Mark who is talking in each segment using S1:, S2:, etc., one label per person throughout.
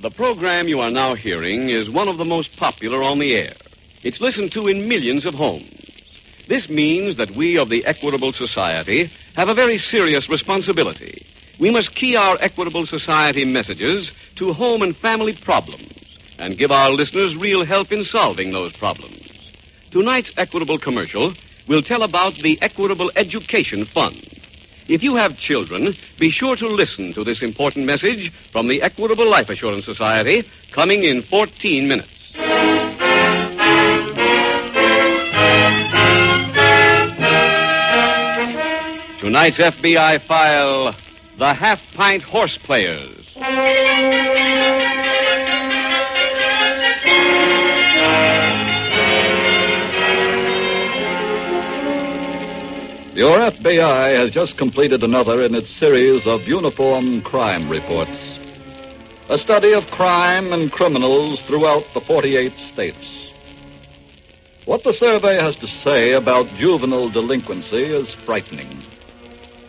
S1: The program you are now hearing is one of the most popular on the air. It's listened to in millions of homes. This means that we of the Equitable Society have a very serious responsibility. We must key our Equitable Society messages to home and family problems and give our listeners real help in solving those problems. Tonight's Equitable commercial will tell about the Equitable Education Fund. If you have children, be sure to listen to this important message from the Equitable Life Assurance Society coming in 14 minutes. Tonight's FBI file The Half Pint Horse Players.
S2: Your FBI has just completed another in its series of uniform crime reports. A study of crime and criminals throughout the 48 states. What the survey has to say about juvenile delinquency is frightening.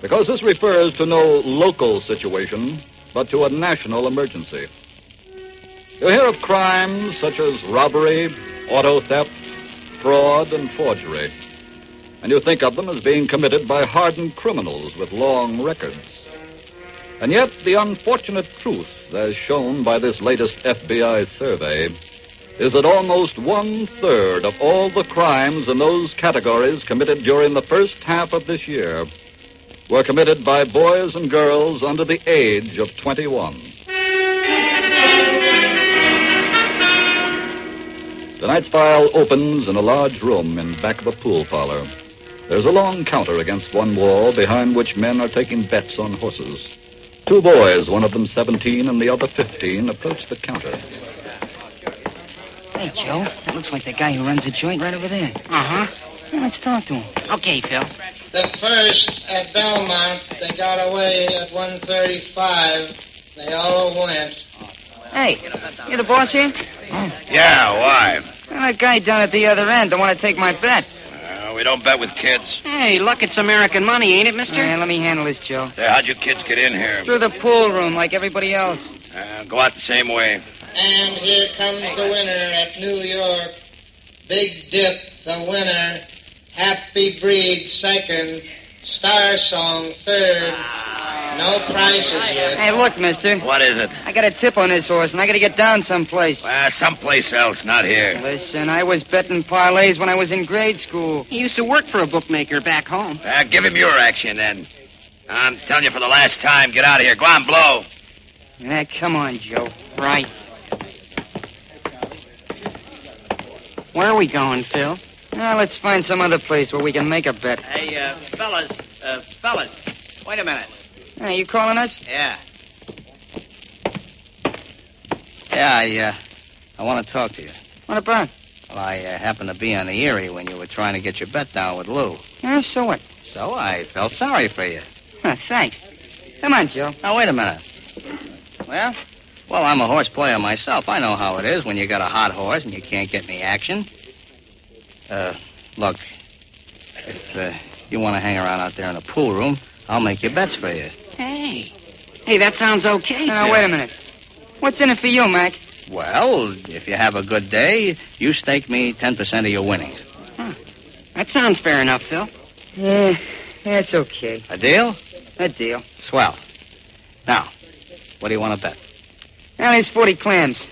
S2: Because this refers to no local situation, but to a national emergency. You hear of crimes such as robbery, auto theft, fraud, and forgery and you think of them as being committed by hardened criminals with long records. And yet, the unfortunate truth, as shown by this latest FBI survey, is that almost one third of all the crimes in those categories committed during the first half of this year were committed by boys and girls under the age of 21. Tonight's file opens in a large room in back of a pool parlor. There's a long counter against one wall behind which men are taking bets on horses. Two boys, one of them 17 and the other 15, approach the counter.
S3: Hey, Joe. That looks like the guy who runs the joint right over there.
S4: Uh huh.
S3: let's talk to him.
S4: Okay, Phil.
S5: The first at Belmont, they got away at 135. They all went.
S3: Hey, you the boss here?
S6: Yeah, why?
S3: Well, that guy down at the other end, the one to take my bet.
S6: Uh, we don't bet with kids.
S4: Hey, look, it's American money, ain't it, mister?
S3: Yeah, let me handle this, Joe.
S6: Say, Uh, how'd you kids get in here?
S3: Through the pool room, like everybody else.
S6: Uh, go out the same way.
S5: And here comes the winner at New York. Big Dip, the winner. Happy Breed, second. Star Song, third. No prices yet.
S3: Hey, look, mister.
S6: What is it?
S3: I got a tip on this horse, and I gotta get down someplace.
S6: Well, Uh, someplace else, not here.
S3: Listen, I was betting parlays when I was in grade school.
S4: He used to work for a bookmaker back home.
S6: Uh, give him your action then. I'm telling you for the last time, get out of here. Go on, blow.
S3: Yeah, come on, Joe.
S4: Right. Where are we going, Phil?
S3: Now Ah, let's find some other place where we can make a bet.
S7: Hey, uh, fellas, uh, fellas, wait a minute.
S3: Hey, Ah, you calling us?
S7: Yeah. Yeah, I, uh, I want to talk to you.
S3: What about?
S7: Well, I uh, happened to be on the Erie when you were trying to get your bet down with Lou.
S3: Yeah, Ah, so what?
S7: So I felt sorry for you.
S3: Huh, thanks. Come on, Joe.
S7: Now, wait a minute. Well? Well, I'm a horse player myself. I know how it is when you got a hot horse and you can't get any action. Uh, look, if uh, you want to hang around out there in the pool room, I'll make your bets for you.
S4: Hey. Hey, that sounds okay.
S3: Now, Ah, wait a minute. What's in it for you, Mac?
S7: Well, if you have a good day, you stake me 10% of your winnings.
S4: That sounds fair enough, Phil. Eh,
S3: Yeah, that's okay.
S7: A deal?
S3: A deal.
S7: Swell. Now, what do you want to bet?
S3: Now, there's 40 clams.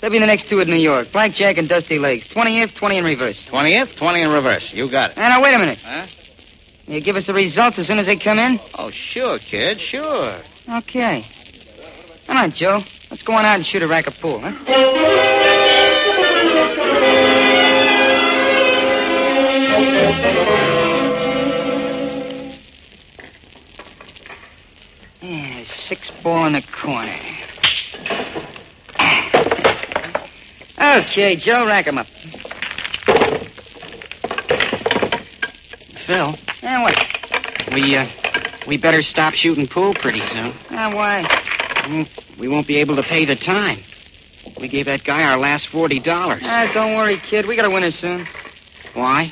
S3: They'll be the next two at New York. Blackjack and Dusty Legs. 20 if, 20 in reverse.
S7: 20 if, 20 in reverse. You got it.
S3: Now, now, wait a minute.
S7: Huh?
S3: You give us the results as soon as they come in?
S7: Oh, sure, kid, sure.
S3: Okay. Come on, Joe. Let's go on out and shoot a rack of pool, huh? Six ball in the corner. Okay, Joe, rack 'em up.
S4: Phil,
S3: And what?
S4: we, uh, we better stop shooting pool pretty soon.
S3: Ah, why?
S7: Hmm.
S4: We won't be able to pay the time. We gave that guy our last $40.
S3: Ah, don't worry, kid. We got a winner soon.
S4: Why?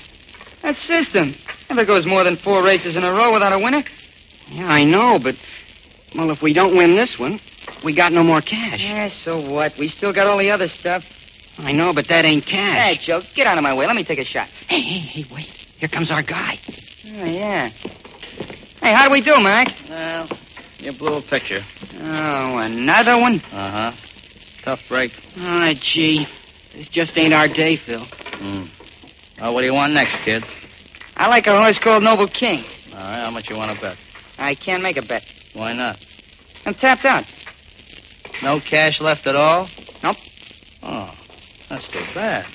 S3: That system. Never goes more than four races in a row without a winner.
S4: Yeah, I know, but, well, if we don't win this one, we got no more cash.
S3: Yeah, so what? We still got all the other stuff.
S4: I know, but that ain't cash.
S3: Hey, Joe, get out of my way. Let me take a shot.
S4: Hey, hey, hey, wait. Here comes our guy.
S3: Oh, yeah. Hey, how do we do, Mac?
S7: Well, you blew a picture.
S3: Oh, another one?
S7: Uh huh. Tough break.
S4: Ah, gee. This just ain't our day, Phil.
S7: Mm. Well, what do you want next, kid?
S3: I like a horse called Noble King.
S7: All right, how much you want to bet?
S3: I can't make a bet.
S7: Why not?
S3: I'm tapped out.
S7: No cash left at all?
S3: Nope.
S7: Oh, that's too bad.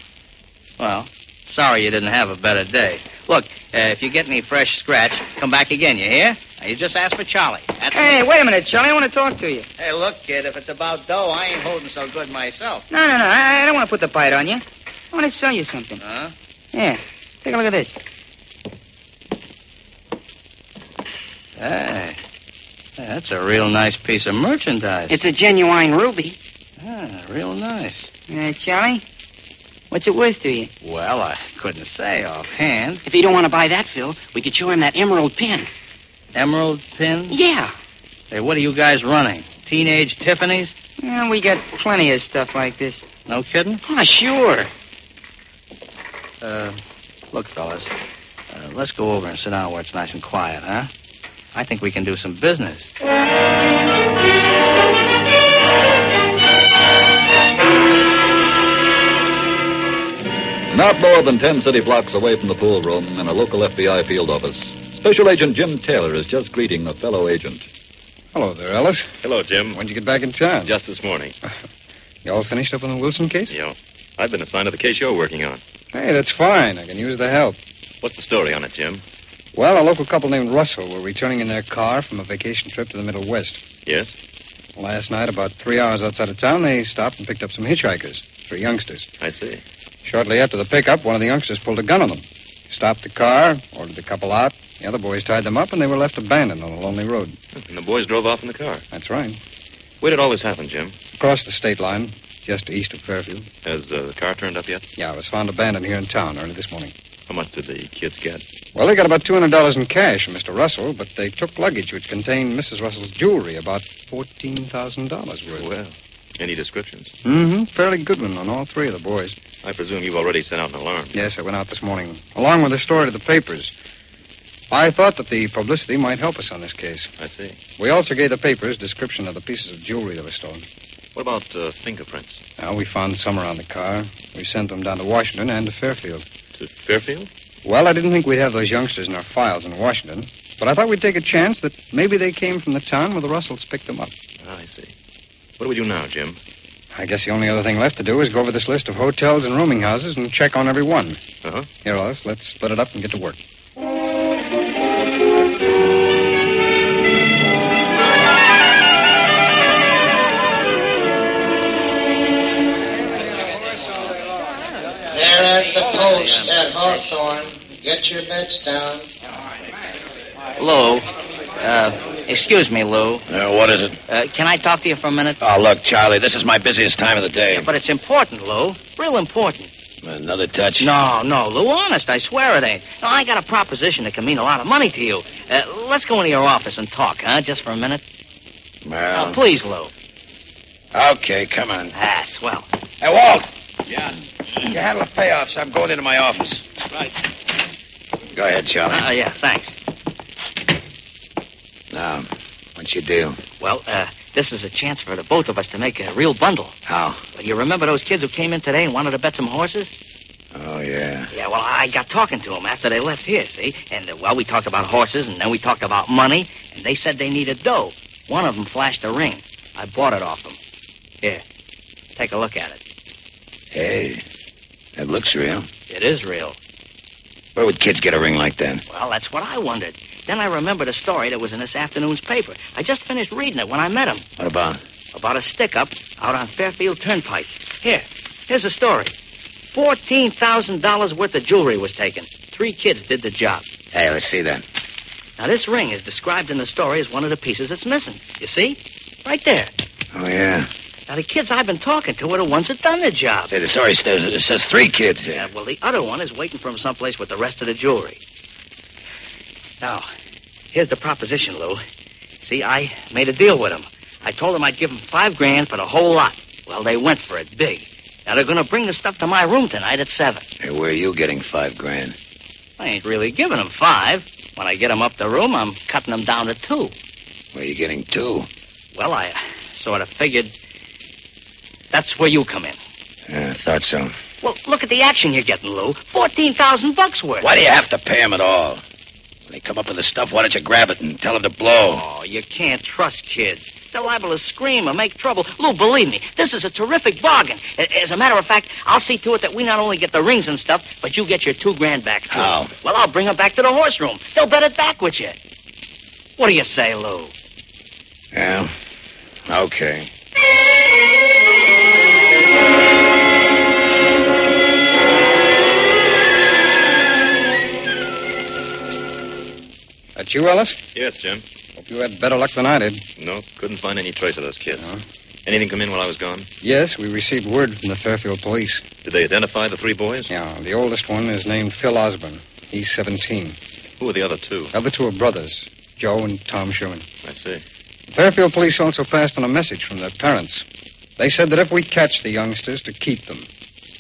S7: Well, sorry you didn't have a better day. Look, uh, if you get any fresh scratch, come back again, you hear? Now, you just ask for Charlie. That's
S3: Hey, wait a minute, Charlie. I want to talk to you.
S7: Hey, look, kid, if it's about dough, I ain't holding so good myself.
S3: No, no, no. I, I don't want to put the bite on you. I want to sell you something.
S7: Huh?
S3: Yeah. Take a look at this.
S7: Hey. Hey, that's a real nice piece of merchandise.
S4: It's a genuine ruby.
S7: Ah, real nice.
S3: Uh, Charlie, what's it worth to you?
S7: Well, I couldn't say offhand.
S4: If you don't want to buy that, Phil, we could show him that emerald pin.
S7: Emerald pin?
S4: Yeah.
S7: Hey, what are you guys running? Teenage Tiffany's?
S3: Well, we got plenty of stuff like this.
S7: No kidding?
S4: Oh, sure.
S7: Uh, look, fellas, uh, let's go over and sit down where it's nice and quiet, huh? I think we can do some business.
S2: Not more than ten city blocks away from the pool room in a local FBI field office. Special Agent Jim Taylor is just greeting a fellow agent.
S8: Hello there, Ellis.
S6: Hello, Jim.
S8: When'd you get back in town?
S6: Just this morning.
S8: You all finished up on the Wilson case?
S6: You know, I've been assigned to the case you're working on.
S8: Hey, that's fine. I can use the help.
S6: What's the story on it, Jim?
S8: Well, a local couple named Russell were returning in their car from a vacation trip to the Middle West.
S6: Yes?
S8: Last night, about three hours outside of town, they stopped and picked up some hitchhikers, three youngsters.
S6: I see.
S8: Shortly after the pickup, one of the youngsters pulled a gun on them. Stopped the car, ordered the couple out. The other boys tied them up, and they were left abandoned on a lonely road.
S6: And the boys drove off in the car.
S8: That's right.
S6: Where did all this happen, Jim?
S8: Across the state line, just east of Fairfield.
S6: Has uh, the car turned up yet?
S8: Yeah, it was found abandoned here in town early this morning.
S6: How much did the kids get?
S8: Well, they got about two hundred dollars in cash from Mr. Russell, but they took luggage which contained Mrs. Russell's jewelry, about fourteen thousand dollars worth.
S6: Well, any descriptions?
S8: Mm-hmm. Fairly good one on all three of the boys.
S6: I presume you've already sent out an alarm.
S8: Yes, I went out this morning, along with the story to the papers. I thought that the publicity might help us on this case.
S6: I see.
S8: We also gave the papers description of the pieces of jewelry that were stolen.
S6: What about uh, fingerprints?
S8: Now we found some around the car. We sent them down to Washington and to Fairfield.
S6: To Fairfield?
S8: Well, I didn't think we'd have those youngsters in our files in Washington, but I thought we'd take a chance that maybe they came from the town where the Russells picked them up.
S6: Ah, I see. What do we do now, Jim?
S8: I guess the only other thing left to do is go over this list of hotels and rooming houses and check on every one.
S6: Uh-huh.
S8: Here, Ellis, let's split it up and get to work.
S5: There at the post at Hawthorne. Get your bets down.
S7: Lou, uh, excuse me, Lou.
S6: Uh, what is it?
S7: Uh, can I talk to you for a minute?
S6: Oh, look, Charlie, this is my busiest time of the day.
S7: Yeah, but it's important, Lou. Real important.
S6: Another touch?
S7: No, no, Lou, honest, I swear it ain't. No, I got a proposition that can mean a lot of money to you. Uh, let's go into your office and talk, huh, just for a minute?
S6: Well,
S7: Oh, please, Lou.
S6: okay, come on.
S7: Ah, swell.
S6: Hey, Walt! Yeah? You handle the payoffs. I'm going into my office. Right. Go ahead, Charlie.
S9: Oh,
S7: Uh, yeah, thanks.
S6: Now, what's your deal?
S7: Well, uh, this is a chance for the both of us to make a real bundle.
S6: How?
S7: Well, you remember those kids who came in today and wanted to bet some horses?
S6: Oh, yeah.
S7: Yeah, well, I got talking to them after they left here, see? And, uh, well, we talked about horses, and then we talked about money, and they said they needed dough. One of them flashed a ring. I bought it off them. Here, take a look at it.
S6: Hey, that looks real.
S7: It is real.
S6: Where would kids get a ring like that?
S7: Well, that's what I wondered.
S9: Then I remembered a story that was in this afternoon's paper. I just finished reading it when I met him.
S6: What about?
S9: About a stick up out on Fairfield Turnpike. Here, here's the story $14,000 worth of jewelry was taken. Three kids did the job.
S6: Hey, let's see that.
S9: Now, this ring is described in the story as one of the pieces that's missing. You see? Right there.
S6: Oh, yeah.
S9: Now, the kids I've been talking to are the ones that done the job.
S6: Say, the story says, it says three kids.
S9: Yeah, well, the other one is waiting for him someplace with the rest of the jewelry. Now, here's the proposition, Lou. See, I made a deal with him. I told him I'd give him five grand for the whole lot. Well, they went for it big. Now, they're going to bring the stuff to my room tonight at seven.
S6: Hey, where are you getting five grand?
S9: I ain't really giving them five. When I get them up the room, I'm cutting them down to two.
S6: Where are you getting two?
S9: Well, I sort of figured that's where you come in.
S6: Yeah, I Uh, thought so.
S9: Well, look at the action you're getting, Lou. Fourteen thousand bucks worth.
S6: Why do you have to pay him at all? When they come up with the stuff, why don't you grab it and tell them to blow?
S9: Oh, you can't trust kids. They're liable to scream or make trouble. Lou, believe me, this is a terrific bargain. A- As a matter of fact, I'll see to it that we not only get the rings and stuff, but you get your two grand back, too.
S6: How?
S9: Well, I'll bring them back to the horse room. They'll bet it back with you. What do you say, Lou?
S6: Yeah. Okay.
S8: That you, Ellis?
S10: Yes, Jim.
S8: Hope you had better luck than I did.
S10: No, couldn't find any trace of those kids.
S8: No?
S10: Anything come in while I was gone?
S8: Yes, we received word from the Fairfield police.
S10: Did they identify the three boys?
S8: Yeah, the oldest one is named Phil Osborne. He's 17.
S10: Who were the other two?
S8: The other two are brothers, Joe and Tom Sherman.
S10: I see.
S8: The Fairfield police also passed on a message from their parents. They said that if we catch the youngsters, to keep them.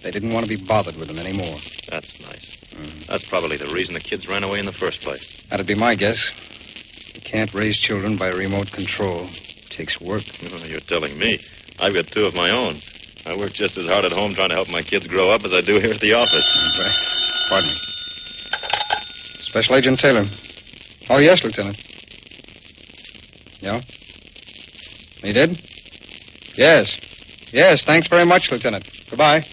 S8: They didn't want to be bothered with them anymore.
S10: That's nice.
S8: Mm.
S10: That's probably the reason the kids ran away in the first place.
S8: That'd be my guess. You can't raise children by remote control. It takes work.
S10: Oh, you're telling me. I've got two of my own. I work just as hard at home trying to help my kids grow up as I do here at the office.
S8: Pardon me. Special Agent Taylor. Oh, yes, Lieutenant. Yeah? He did? Yes. Yes, thanks very much, Lieutenant. Goodbye.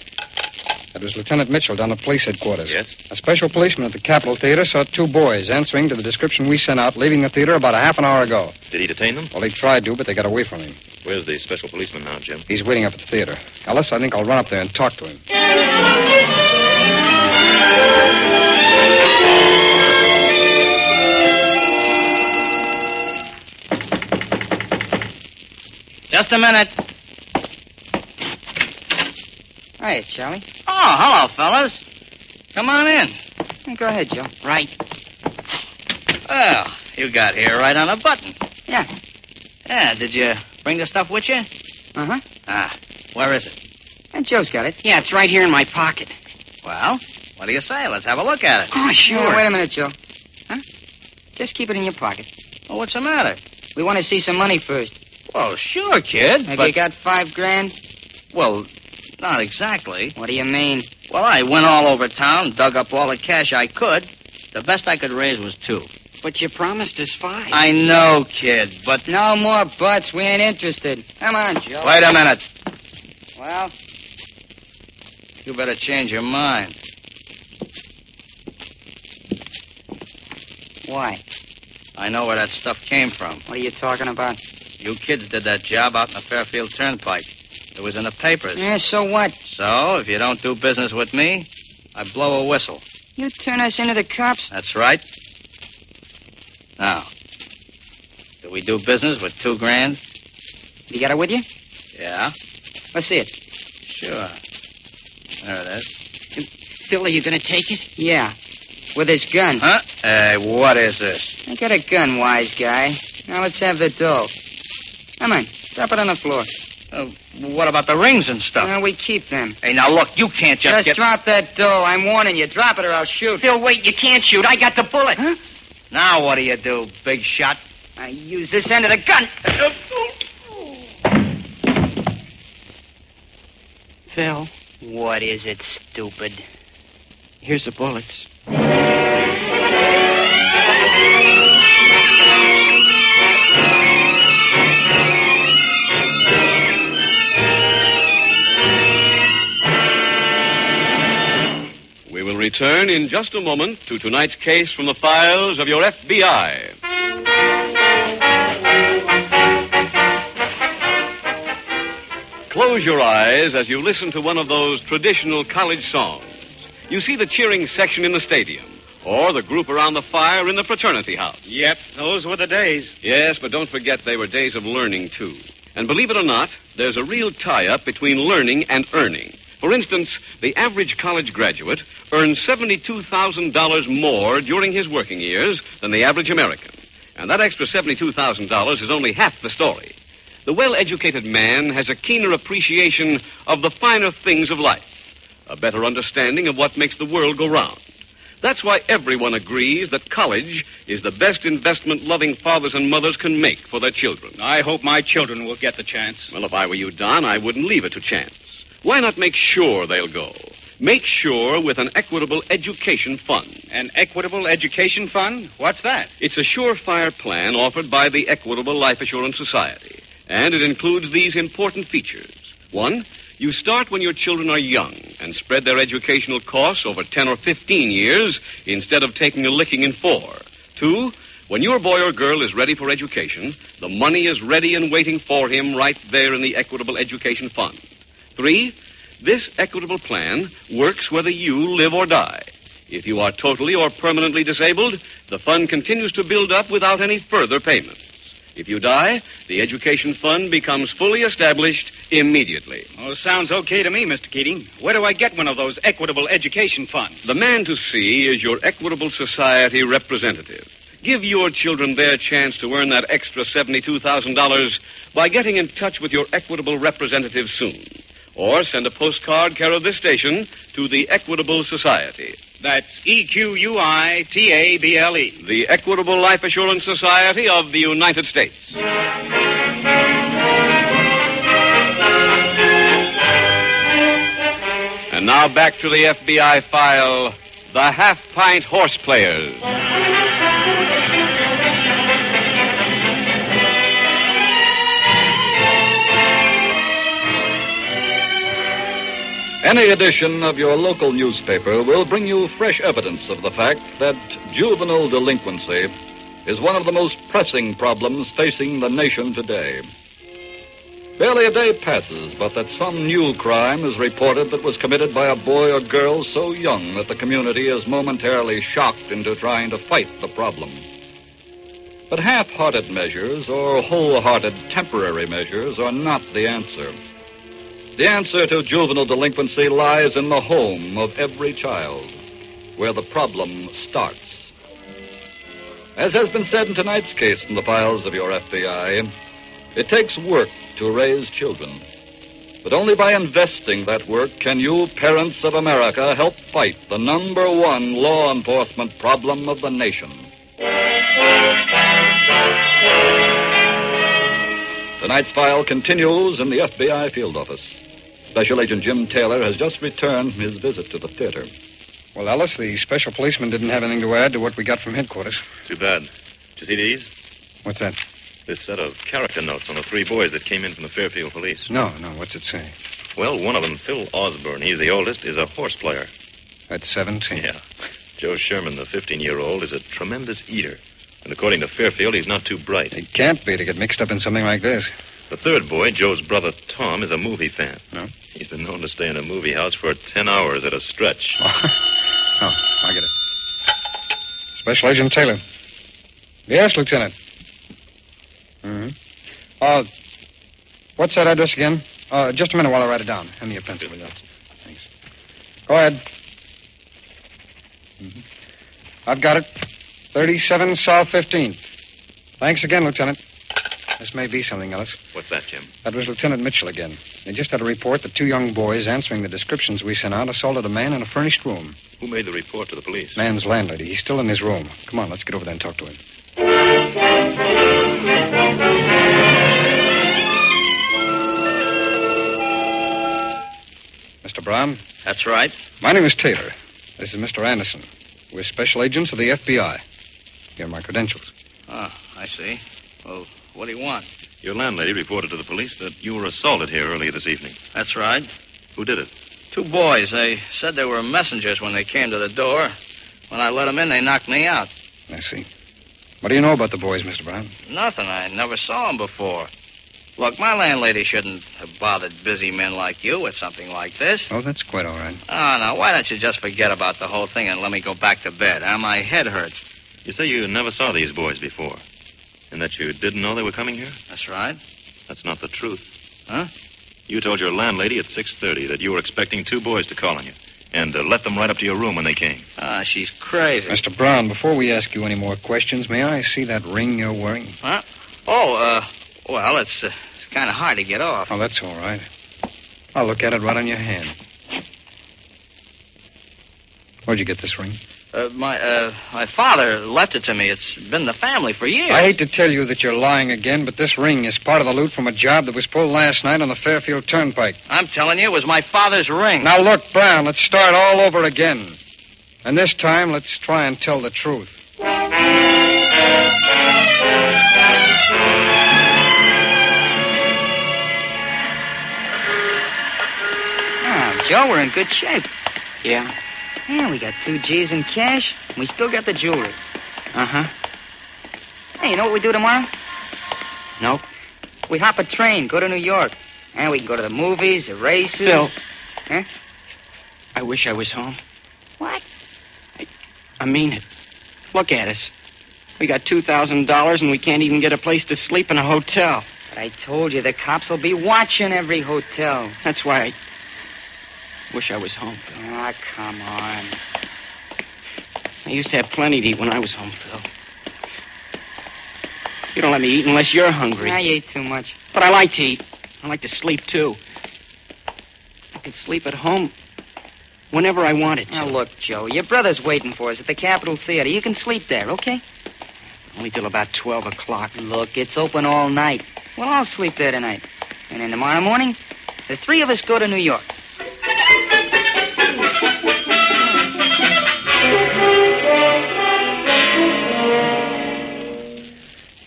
S8: That was Lieutenant Mitchell down at police headquarters.
S10: Yes?
S8: A special policeman at the Capitol Theater saw two boys answering to the description we sent out leaving the theater about a half an hour ago.
S10: Did he detain them?
S8: Well, he tried to, but they got away from him.
S10: Where's the special policeman now, Jim?
S8: He's waiting up at the theater. Ellis, I think I'll run up there and talk to him.
S7: Just a minute.
S3: Hiya, Charlie.
S7: Oh, hello, fellas. Come on in.
S3: Go ahead, Joe.
S7: Right. Well, you got here right on a button.
S3: Yeah.
S7: Yeah, did you bring the stuff with you?
S3: Uh huh.
S7: Ah, where is it?
S3: And Joe's got it.
S4: Yeah, it's right here in my pocket.
S7: Well, what do you say? Let's have a look at it.
S4: Oh, sure.
S3: Yeah, wait a minute, Joe. Huh? Just keep it in your pocket.
S7: Well, what's the matter?
S3: We want to see some money first.
S7: Well, sure, kid.
S3: Have
S7: but,
S3: you got five grand?
S7: well, not exactly.
S3: What do you mean?
S7: Well, I went all over town, dug up all the cash I could. The best I could raise was two.
S4: But you promised us five.
S7: I know, kid, but
S3: No more buts. We ain't interested. Come on, Joe.
S7: wait a minute.
S3: Well,
S7: You better change your mind.
S3: why?
S7: I know where that stuff came from.
S3: What are you talking about?
S7: You kids did that job out in the Fairfield Turnpike. It was in the papers.
S3: Yeah, so what?
S7: So, if you don't do business with me, I blow a whistle.
S3: You turn us into the cops?
S7: That's right. Now, do we do business with two grand?
S3: You got it with you?
S7: Yeah,
S3: Let's see it.
S7: sure. There it is.
S4: Phil, are you going to take it?
S3: Yeah. With his gun.
S7: Huh? Hey, what is this?
S3: I got a gun, wise guy. Now let's have the dough. Come on, drop it on the floor.
S7: Uh, what about the rings and stuff?
S3: Now we keep them.
S7: hey, now look, you can't just
S3: Just
S7: get.
S3: drop that dough. I'm warning you. Drop it or I'll shoot.
S4: Phil, wait, you can't shoot. I got the bullet.
S3: Huh?
S7: Now what do you do, big shot?
S3: I use this end of the gun.
S4: Phil,
S9: What is it, stupid?
S4: here's the bullets.
S1: We will return. return in just a moment to tonight's case from the files of your FBI. Close your eyes as you listen to one of those traditional college songs. You see the cheering section in the stadium, or the group around the fire in the fraternity house.
S11: Yep, those were the days.
S1: Yes, but don't forget they were days of learning, too. And believe it or not, there's a real tie up between learning and earning. For instance, the average college graduate earns $72,000 more during his working years than the average American. And that extra $72,000 is only half the story. The well educated man has a keener appreciation of the finer things of life, a better understanding of what makes the world go round. That's why everyone agrees that college is the best investment loving fathers and mothers can make for their children.
S11: I hope my children will get the chance.
S1: Well, if I were you, Don, I wouldn't leave it to chance. Why not make sure they'll go? Make sure with an equitable education fund.
S11: An equitable education fund? What's that?
S1: It's a surefire plan offered by the Equitable Life Assurance Society, and it includes these important features. One, you start when your children are young and spread their educational costs over 10 or 15 years instead of taking a licking in four. Two, when your boy or girl is ready for education, the money is ready and waiting for him right there in the Equitable Education Fund. Three, this equitable plan works whether you live or die. If you are totally or permanently disabled, the fund continues to build up without any further payments. If you die, the education fund becomes fully established immediately.
S11: Oh, sounds okay to me, Mr. Keating. Where do I get one of those equitable education funds?
S1: The man to see is your Equitable Society representative. Give your children their chance to earn that extra $72,000 by getting in touch with your Equitable representative soon. Or send a postcard care of this station to the Equitable Society.
S11: That's E Q U I T A B L E.
S1: The Equitable Life Assurance Society of the United States. And now back to the FBI file The Half Pint Horse Players.
S2: Any edition of your local newspaper will bring you fresh evidence of the fact that juvenile delinquency is one of the most pressing problems facing the nation today. Barely a day passes but that some new crime is reported that was committed by a boy or girl so young that the community is momentarily shocked into trying to fight the problem. But half hearted measures or whole-hearted temporary measures are not the answer. The answer to juvenile delinquency lies in the home of every child, where the problem starts. As has been said in tonight's case from the files of your FBI, it takes work to raise children. But only by investing that work can you, parents of America, help fight the number one law enforcement problem of the nation. Tonight's file continues in the FBI field office. Special Agent Jim Taylor has just returned from his visit to the theater.
S8: Well, Ellis, the special policeman didn't have anything to add to what we got from headquarters.
S10: Too bad. Did you see these?
S8: What's that?
S10: This set of character notes on the three boys that came in from the Fairfield police.
S8: No, no. What's it say?
S10: Well, one of them, Phil Osborne, he's the oldest, is a horse player.
S8: At 17.
S10: Yeah. Joe Sherman, the 15 year old, is a tremendous eater. And according to Fairfield, he's not too bright.
S8: It can't be to get mixed up in something like this.
S10: The third boy, Joe's brother Tom, is a movie fan.
S8: No?
S10: He's been known to stay in a movie house for 10 hours at a stretch.
S8: Oh, I get it. Special Agent Taylor. Yes, Lieutenant. Mm-hmm. Uh, what's that address again? Uh, just a minute while I write it down. Hand me a pencil. Will you? Thanks. Go ahead. Mhm. I've got it. 37 South 15th. Thanks again, Lieutenant. This may be something, Ellis.
S10: What's that, Jim?
S8: That was Lieutenant Mitchell again. They just had a report that two young boys, answering the descriptions we sent out, assaulted a man in a furnished room.
S10: Who made the report to the police?
S8: Man's landlady. He's still in his room. Come on, let's get over there and talk to him. Mr. Brown?
S9: That's right.
S8: My name is Taylor. This is Mr. Anderson. We're special agents of the FBI. Here are my credentials.
S9: Ah, I see. Well, what do you want?
S10: Your landlady reported to the police that you were assaulted here earlier this evening.
S9: That's right.
S10: Who did it?
S7: Two boys. They said they were messengers when they came to the door. When I let them in, they knocked me out.
S8: I see. What do you know about the boys, Mr. Brown?
S7: Nothing. I never saw them before. Look, my landlady shouldn't have bothered busy men like you with something like this.
S8: Oh, that's quite all right.
S7: Oh, now, why don't you just forget about the whole thing and let me go back to bed? Huh? My head hurts.
S10: You say you never saw these boys before, and that you didn't know they were coming here?
S7: That's right.
S10: That's not the truth.
S7: Huh?
S10: You told your landlady at 6.30 that you were expecting two boys to call on you, and uh, let them right up to your room when they came.
S7: Ah, she's crazy.
S8: Mr. Brown, before we ask you any more questions, may I see that ring you're wearing?
S7: Huh? Oh, uh, well, it's, uh, it's kind of hard to get off.
S8: Oh, that's all right. I'll look at it right on your hand. Where'd you get this ring?
S7: Uh, my, uh, my father left it to me. It's been in the family for years.
S8: I hate to tell you that you're lying again, but this ring is part of the loot from a job that was pulled last night on the Fairfield Turnpike.
S7: I'm telling you, it was my father's ring.
S8: Now, look, Brown, let's start all over again. And this time, let's try and tell the truth.
S3: Ah, Joe, we're in good shape.
S4: Yeah.
S3: Yeah, we got two G's in cash, and we still got the jewelry.
S4: Uh huh.
S3: Hey, you know what we do tomorrow?
S4: Nope.
S3: We hop a train, go to New York. And we can go to the movies, the races.
S4: Bill.
S3: Huh?
S4: I wish I was home.
S3: What?
S4: I mean it. Look at us. We got $2,000 and we can't even get a place to sleep in a hotel.
S3: But I told you the cops will be watching every hotel.
S4: That's why I wish I was home.
S3: Ah, come on.
S4: I used to have plenty to eat when I was home, Phil. You don't let me eat unless you're hungry.
S3: I ate too much.
S4: But I like to eat. I like to sleep, too. I could sleep at home whenever I wanted to.
S3: Now, look, Joe, your brother's waiting for us at the Capitol Theater. You can sleep there, okay?
S4: Only till about 12 o'clock.
S3: Look, it's open all night. We'll all sleep there tonight. And then tomorrow morning, the three of us go to New York.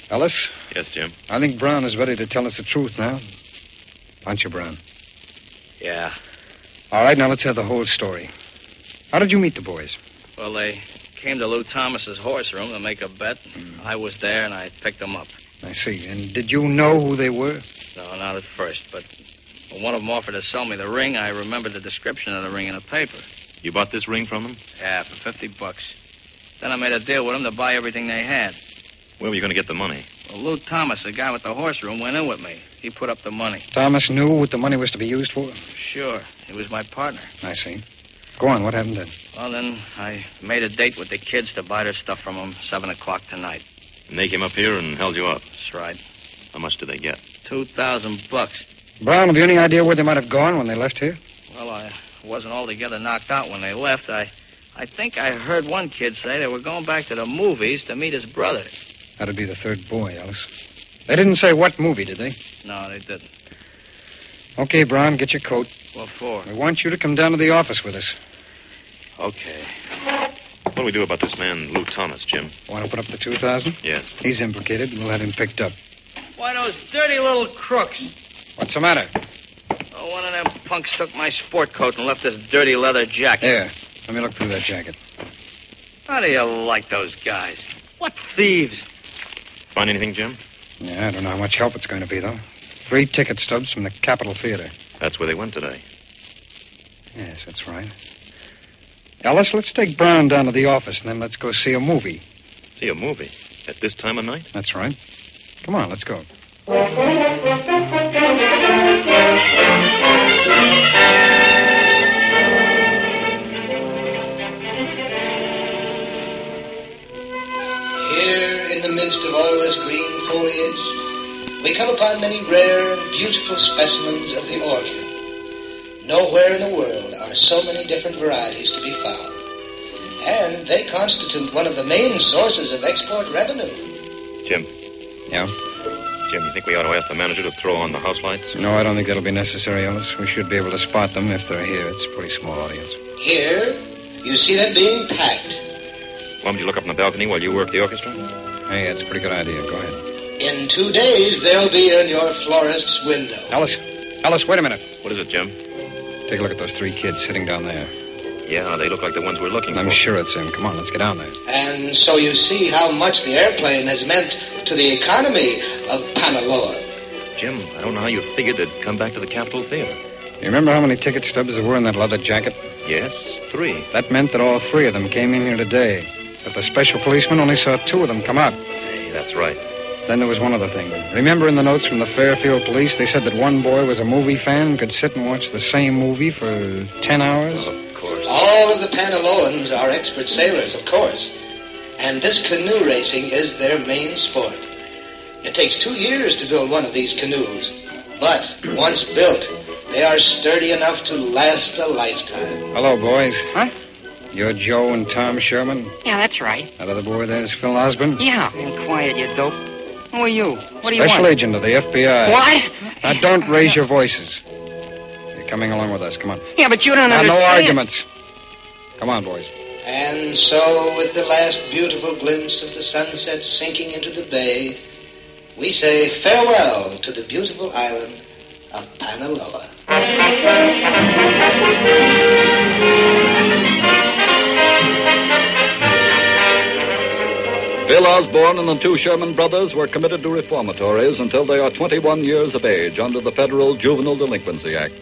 S8: Ellis,
S10: Yes, Jim.
S8: I think Brown is ready to tell us the truth now. Aren't you, Brown?
S7: Yeah.
S8: All right, now let's have the whole story. How did you meet the boys?
S7: Well, they came to Lou Thomas's horse room to make a bet.
S10: Hmm.
S7: I was there, and I picked them up.
S8: I see. And did you know who they were?
S7: No, not at first, but when one of them offered to sell me the ring, I remembered the description of the ring in the paper.
S10: You bought this ring from them?
S7: Yeah, for 50 bucks. Then I made a deal with them to buy everything they had.
S10: Where were you going to get the money?
S7: Well, Lou Thomas, the guy with the horse room, went in with me. He put up the money.
S8: Thomas knew what the money was to be used for?
S7: Sure, he was my partner.
S8: I see. Go on, what happened then?
S7: Well, then I made a date with the kids to buy their stuff from them 7 o'clock tonight.
S10: And they came up here and held you up.
S7: That's right.
S10: How much did they get?
S7: 2,000 bucks.
S8: Brown, have you any idea where they might have gone when they left here?
S7: Well, I wasn't altogether knocked out when they left. I, I think I heard one kid say they were going back to the movies to meet his brother.
S8: That'd be the third boy, Ellis. They didn't say what movie, did they?
S7: No, they didn't.
S8: Okay, Brown, get your coat.
S7: What for?
S8: We want you to come down to the office with us.
S7: Okay.
S10: What do we do about this man, Lou Thomas, Jim?
S8: Want to put up the 2000
S10: Yes.
S8: He's implicated, and we'll have him picked up.
S7: Why, those dirty little crooks.
S8: What's the matter?
S7: Oh, one of them punks took my sport coat and left this dirty leather jacket.
S8: Here, let me look through that jacket.
S7: How do you like those guys? What thieves?
S10: Find anything, Jim?
S8: Yeah, I don't know how much help it's going to be, though. Three ticket stubs from the Capitol Theater.
S10: That's where they went today.
S8: Yes, that's right. Ellis, let's take Brown down to the office, and then let's go see a movie.
S10: See a movie. At this time of night?
S8: That's right. Come on, let's go.
S5: Here, in the midst of all this green foliage, we come upon many rare and beautiful specimens of the orchid. Nowhere in the world are so many different varieties to be found, and they constitute one of the main sources of export revenue.
S10: Jim.
S8: Yeah?
S10: Jim, you think we ought to ask the manager to throw on the house lights?
S8: No, I don't think that'll be necessary, Ellis. We should be able to spot them if they're here. It's a pretty small audience.
S5: Here, you see them being packed.
S10: Why don't you look up on the balcony while you work the orchestra?
S8: Hey, that's a pretty good idea. Go ahead.
S5: In two days, they'll be in your florist's window.
S8: Ellis, Ellis, wait a minute.
S10: What is it, Jim?
S8: Take a look at those three kids sitting down there.
S10: Yeah, they look like the ones we're looking
S8: I'm sure it's him. Come on, let's get down there.
S5: And so you see how much the airplane has meant to the economy of Panaloa.
S10: for. Jim, I don't know how you figured they'd come back to the Capitol Theater.
S8: You remember how many ticket stubs there were in that leather jacket?
S10: Yes, three.
S8: That meant that all three of them came in here today. But the special policeman only saw two of them come out.
S10: Hey, that's right.
S8: Then there was one other thing. Remember in the notes from the Fairfield police, they said that one boy was a movie fan and could sit and watch the same movie for 10 hours?
S5: All of the Panaloans are expert sailors, of course. And this canoe racing is their main sport. It takes two years to build one of these canoes. But once built, they are sturdy enough to last a lifetime.
S8: Hello, boys. Huh? You're Joe and Tom Sherman.
S3: Yeah, that's right.
S8: That other boy there's Phil Osborne.
S3: Yeah. And quiet, you dope. Who are you? What do you
S8: Special
S3: want?
S8: agent of the FBI.
S3: What?
S8: Now, don't raise your voices. You're coming along with us. Come on.
S3: Yeah, but you don't
S8: now,
S3: understand.
S8: no arguments. Come on, boys.
S5: And so, with the last beautiful glimpse of the sunset sinking into the bay, we say farewell to the beautiful island of Panaloa.
S2: Bill Osborne and the two Sherman brothers were committed to reformatories until they are 21 years of age under the Federal Juvenile Delinquency Act.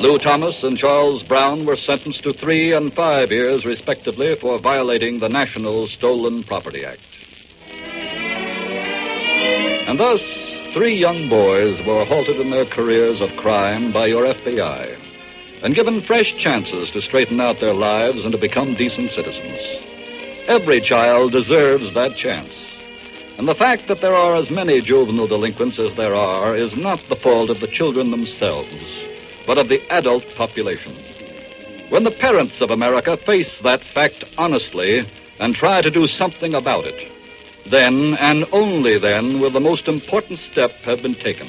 S2: Lou Thomas and Charles Brown were sentenced to three and five years, respectively, for violating the National Stolen Property Act. And thus, three young boys were halted in their careers of crime by your FBI and given fresh chances to straighten out their lives and to become decent citizens. Every child deserves that chance. And the fact that there are as many juvenile delinquents as there are is not the fault of the children themselves, but of the adult population. When the parents of America face that fact honestly and try to do something about it, then and only then will the most important step have been taken.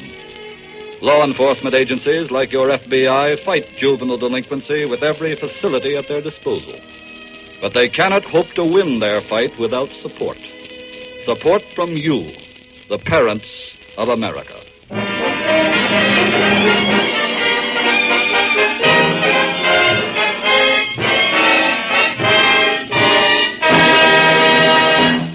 S2: Law enforcement agencies like your FBI fight juvenile delinquency with every facility at their disposal. But they cannot hope to win their fight without support. Support from you, the parents of America.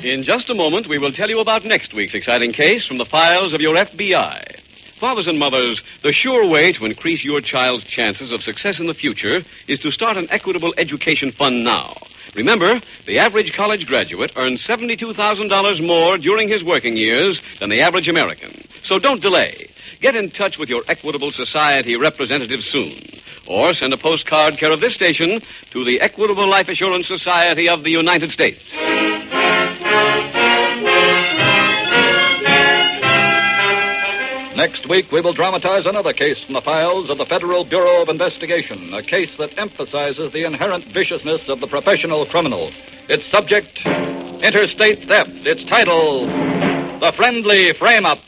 S1: In just a moment, we will tell you about next week's exciting case from the files of your FBI. Fathers and mothers, the sure way to increase your child's chances of success in the future is to start an equitable education fund now. Remember, the average college graduate earns $72,000 more during his working years than the average American. So don't delay. Get in touch with your Equitable Society representative soon. Or send a postcard care of this station to the Equitable Life Assurance Society of the United States.
S2: Next week, we will dramatize another case from the files of the Federal Bureau of Investigation, a case that emphasizes the inherent viciousness of the professional criminal. Its subject, interstate theft. Its title, The Friendly Frame Up.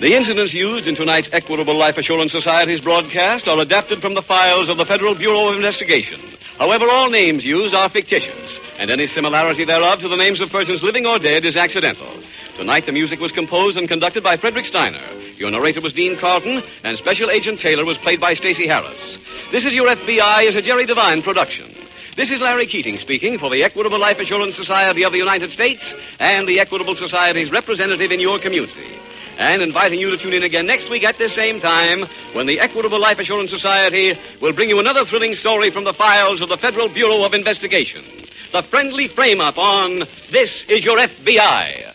S1: The incidents used in tonight's Equitable Life Assurance Society's broadcast are adapted from the files of the Federal Bureau of Investigation. However, all names used are fictitious, and any similarity thereof to the names of persons living or dead is accidental. Tonight, the music was composed and conducted by Frederick Steiner. Your narrator was Dean Carlton, and Special Agent Taylor was played by Stacey Harris. This is Your FBI is a Jerry Devine production. This is Larry Keating speaking for the Equitable Life Assurance Society of the United States and the Equitable Society's representative in your community. And inviting you to tune in again next week at this same time when the Equitable Life Assurance Society will bring you another thrilling story from the files of the Federal Bureau of Investigation. The friendly frame up on This is Your FBI.